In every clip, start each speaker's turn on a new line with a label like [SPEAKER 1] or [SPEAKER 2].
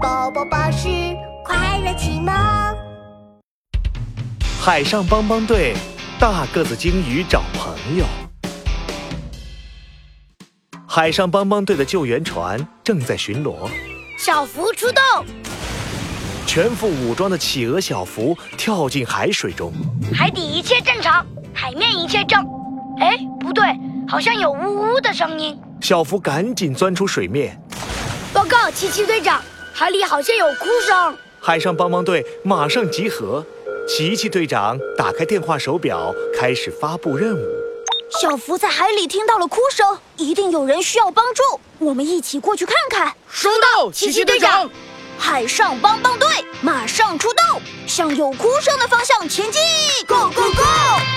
[SPEAKER 1] 宝宝巴士快乐启蒙。
[SPEAKER 2] 海上帮帮队，大个子鲸鱼找朋友。海上帮帮队的救援船正在巡逻，
[SPEAKER 1] 小福出动，
[SPEAKER 2] 全副武装的企鹅小福跳进海水中。
[SPEAKER 3] 海底一切正常，海面一切正。哎，不对，好像有呜呜的声音。
[SPEAKER 2] 小福赶紧钻出水面，
[SPEAKER 3] 报告，奇奇队长，海里好像有哭声。
[SPEAKER 2] 海上帮帮队马上集合。琪琪队长打开电话手表，开始发布任务。
[SPEAKER 4] 小福在海里听到了哭声，一定有人需要帮助。我们一起过去看看。
[SPEAKER 5] 收到，奇奇队长。
[SPEAKER 4] 海上帮帮队马上出动，向有哭声的方向前进。Go go go！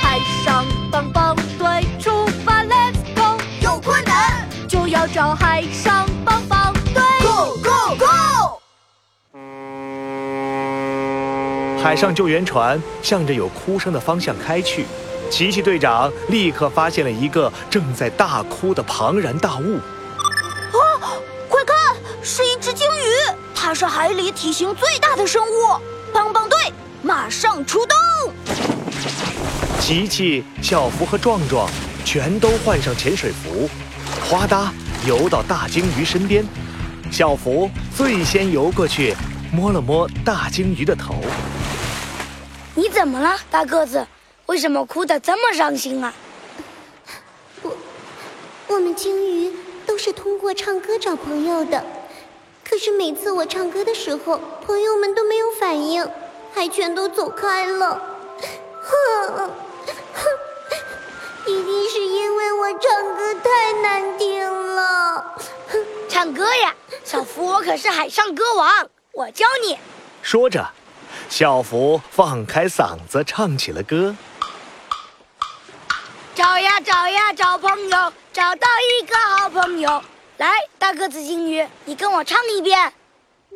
[SPEAKER 6] 海上帮帮队出发，Let's go！
[SPEAKER 4] 有困难
[SPEAKER 6] 就要找海上帮帮队。
[SPEAKER 4] ，Go go go！
[SPEAKER 2] 海上救援船向着有哭声的方向开去。琪琪队长立刻发现了一个正在大哭的庞然大物。
[SPEAKER 4] 快看，是一只鲸鱼，它是海里体型最大的生物。帮帮队马上出动。
[SPEAKER 2] 琪琪、小福和壮壮全都换上潜水服，哗哒游到大鲸鱼身边。小福最先游过去，摸了摸大鲸鱼的头。
[SPEAKER 3] 你怎么了，大个子？为什么哭得这么伤心啊？
[SPEAKER 1] 我们鲸鱼都是通过唱歌找朋友的，可是每次我唱歌的时候，朋友们都没有反应，还全都走开了。 哼，哼，一定是因为我唱歌太难听了。
[SPEAKER 3] 唱歌呀，小福，我可是海上歌王，我教你。
[SPEAKER 2] 说着，小福放开嗓子唱起了歌。
[SPEAKER 3] 找呀找呀找朋友，找到一个好朋友。来，大个子鲸鱼，你跟我唱一遍。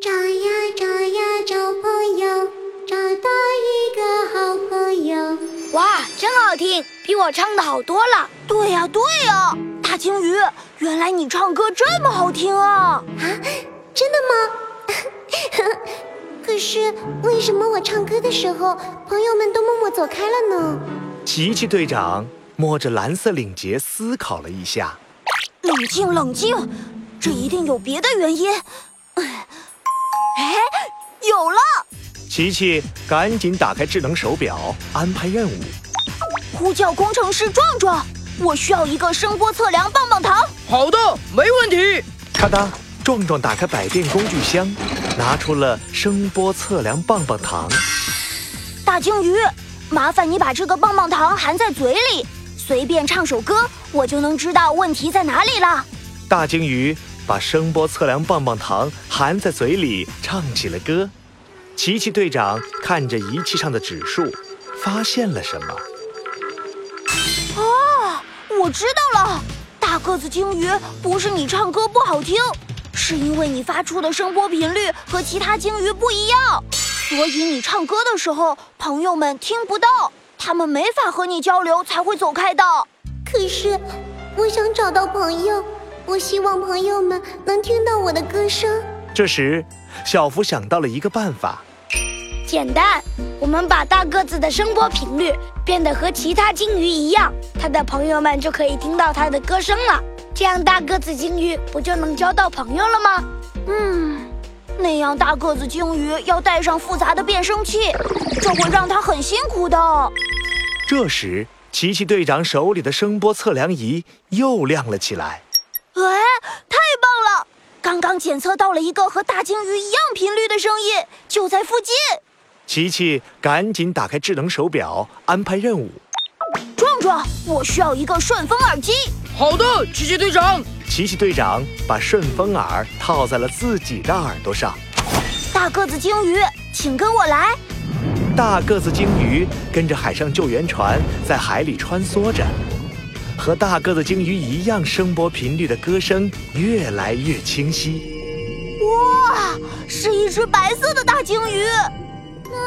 [SPEAKER 1] 找呀找呀找朋友，找到一个好朋友。
[SPEAKER 3] 哇，真好听，比我唱的好多了。
[SPEAKER 4] 对呀、对呀、大鲸鱼，原来你唱歌这么好听啊！
[SPEAKER 1] 真的吗？ 可是为什么我唱歌的时候，朋友们都默默走开了呢？
[SPEAKER 2] 琪琪队长摸着蓝色领结思考了一下，
[SPEAKER 4] 冷静，冷静，这一定有别的原因。哎，有了！
[SPEAKER 2] 琪琪赶紧打开智能手表，安排任务。
[SPEAKER 4] 呼叫工程师壮壮，我需要一个声波测量棒棒糖。
[SPEAKER 5] 好的，没问题。
[SPEAKER 2] 咔哒，壮壮打开百变工具箱，拿出了声波测量棒棒糖。
[SPEAKER 4] 大鲸鱼，麻烦你把这个棒棒糖含在嘴里，随便唱首歌，我就能知道问题在哪里了。
[SPEAKER 2] 大鲸鱼把声波测量棒棒糖含在嘴里，唱起了歌。琪琪队长看着仪器上的指数，发现了什么？
[SPEAKER 4] 我知道了，大个子鲸鱼不是你唱歌不好听，是因为你发出的声波频率和其他鲸鱼不一样，所以你唱歌的时候，朋友们听不到，他们没法和你交流，才会走开的。
[SPEAKER 1] 可是我想找到朋友，我希望朋友们能听到我的歌声。
[SPEAKER 2] 这时，小福想到了一个办法。
[SPEAKER 3] 简单，我们把大个子的声波频率变得和其他鲸鱼一样，它的朋友们就可以听到它的歌声了。这样，大个子鲸鱼不就能交到朋友了吗？
[SPEAKER 4] 嗯，那样大个子鲸鱼要带上复杂的变声器，这会让它很辛苦的。哎
[SPEAKER 2] 这时，琪琪队长手里的声波测量仪又亮了起来。
[SPEAKER 4] 哎，太棒了！刚刚检测到了一个和大鲸鱼一样频率的声音，就在附近。
[SPEAKER 2] 琪琪赶紧打开智能手表，安排任务。
[SPEAKER 4] 壮壮，我需要一个顺风耳机。
[SPEAKER 5] 好的，奇奇队长。
[SPEAKER 2] 琪琪队长把顺风耳套在了自己的耳朵上。
[SPEAKER 4] 大个子鲸鱼，请跟我来。
[SPEAKER 2] 大个子鲸鱼跟着海上救援船在海里穿梭着，和大个子鲸鱼一样声波频率的歌声越来越清晰。
[SPEAKER 4] 哇，啊是一只白色的大鲸鱼。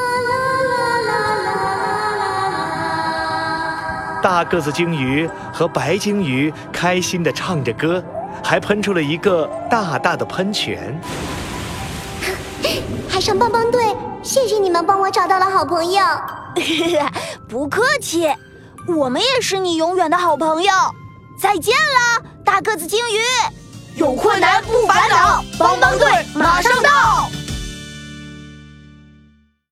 [SPEAKER 2] 大个子鲸鱼和白鲸鱼开心地唱着歌，还喷出了一个大大的喷泉。
[SPEAKER 1] 海上帮帮队，谢谢你们帮我找到了好朋友。
[SPEAKER 4] 不客气，我们也是你永远的好朋友。再见了，大个子鲸鱼，有困难不烦恼。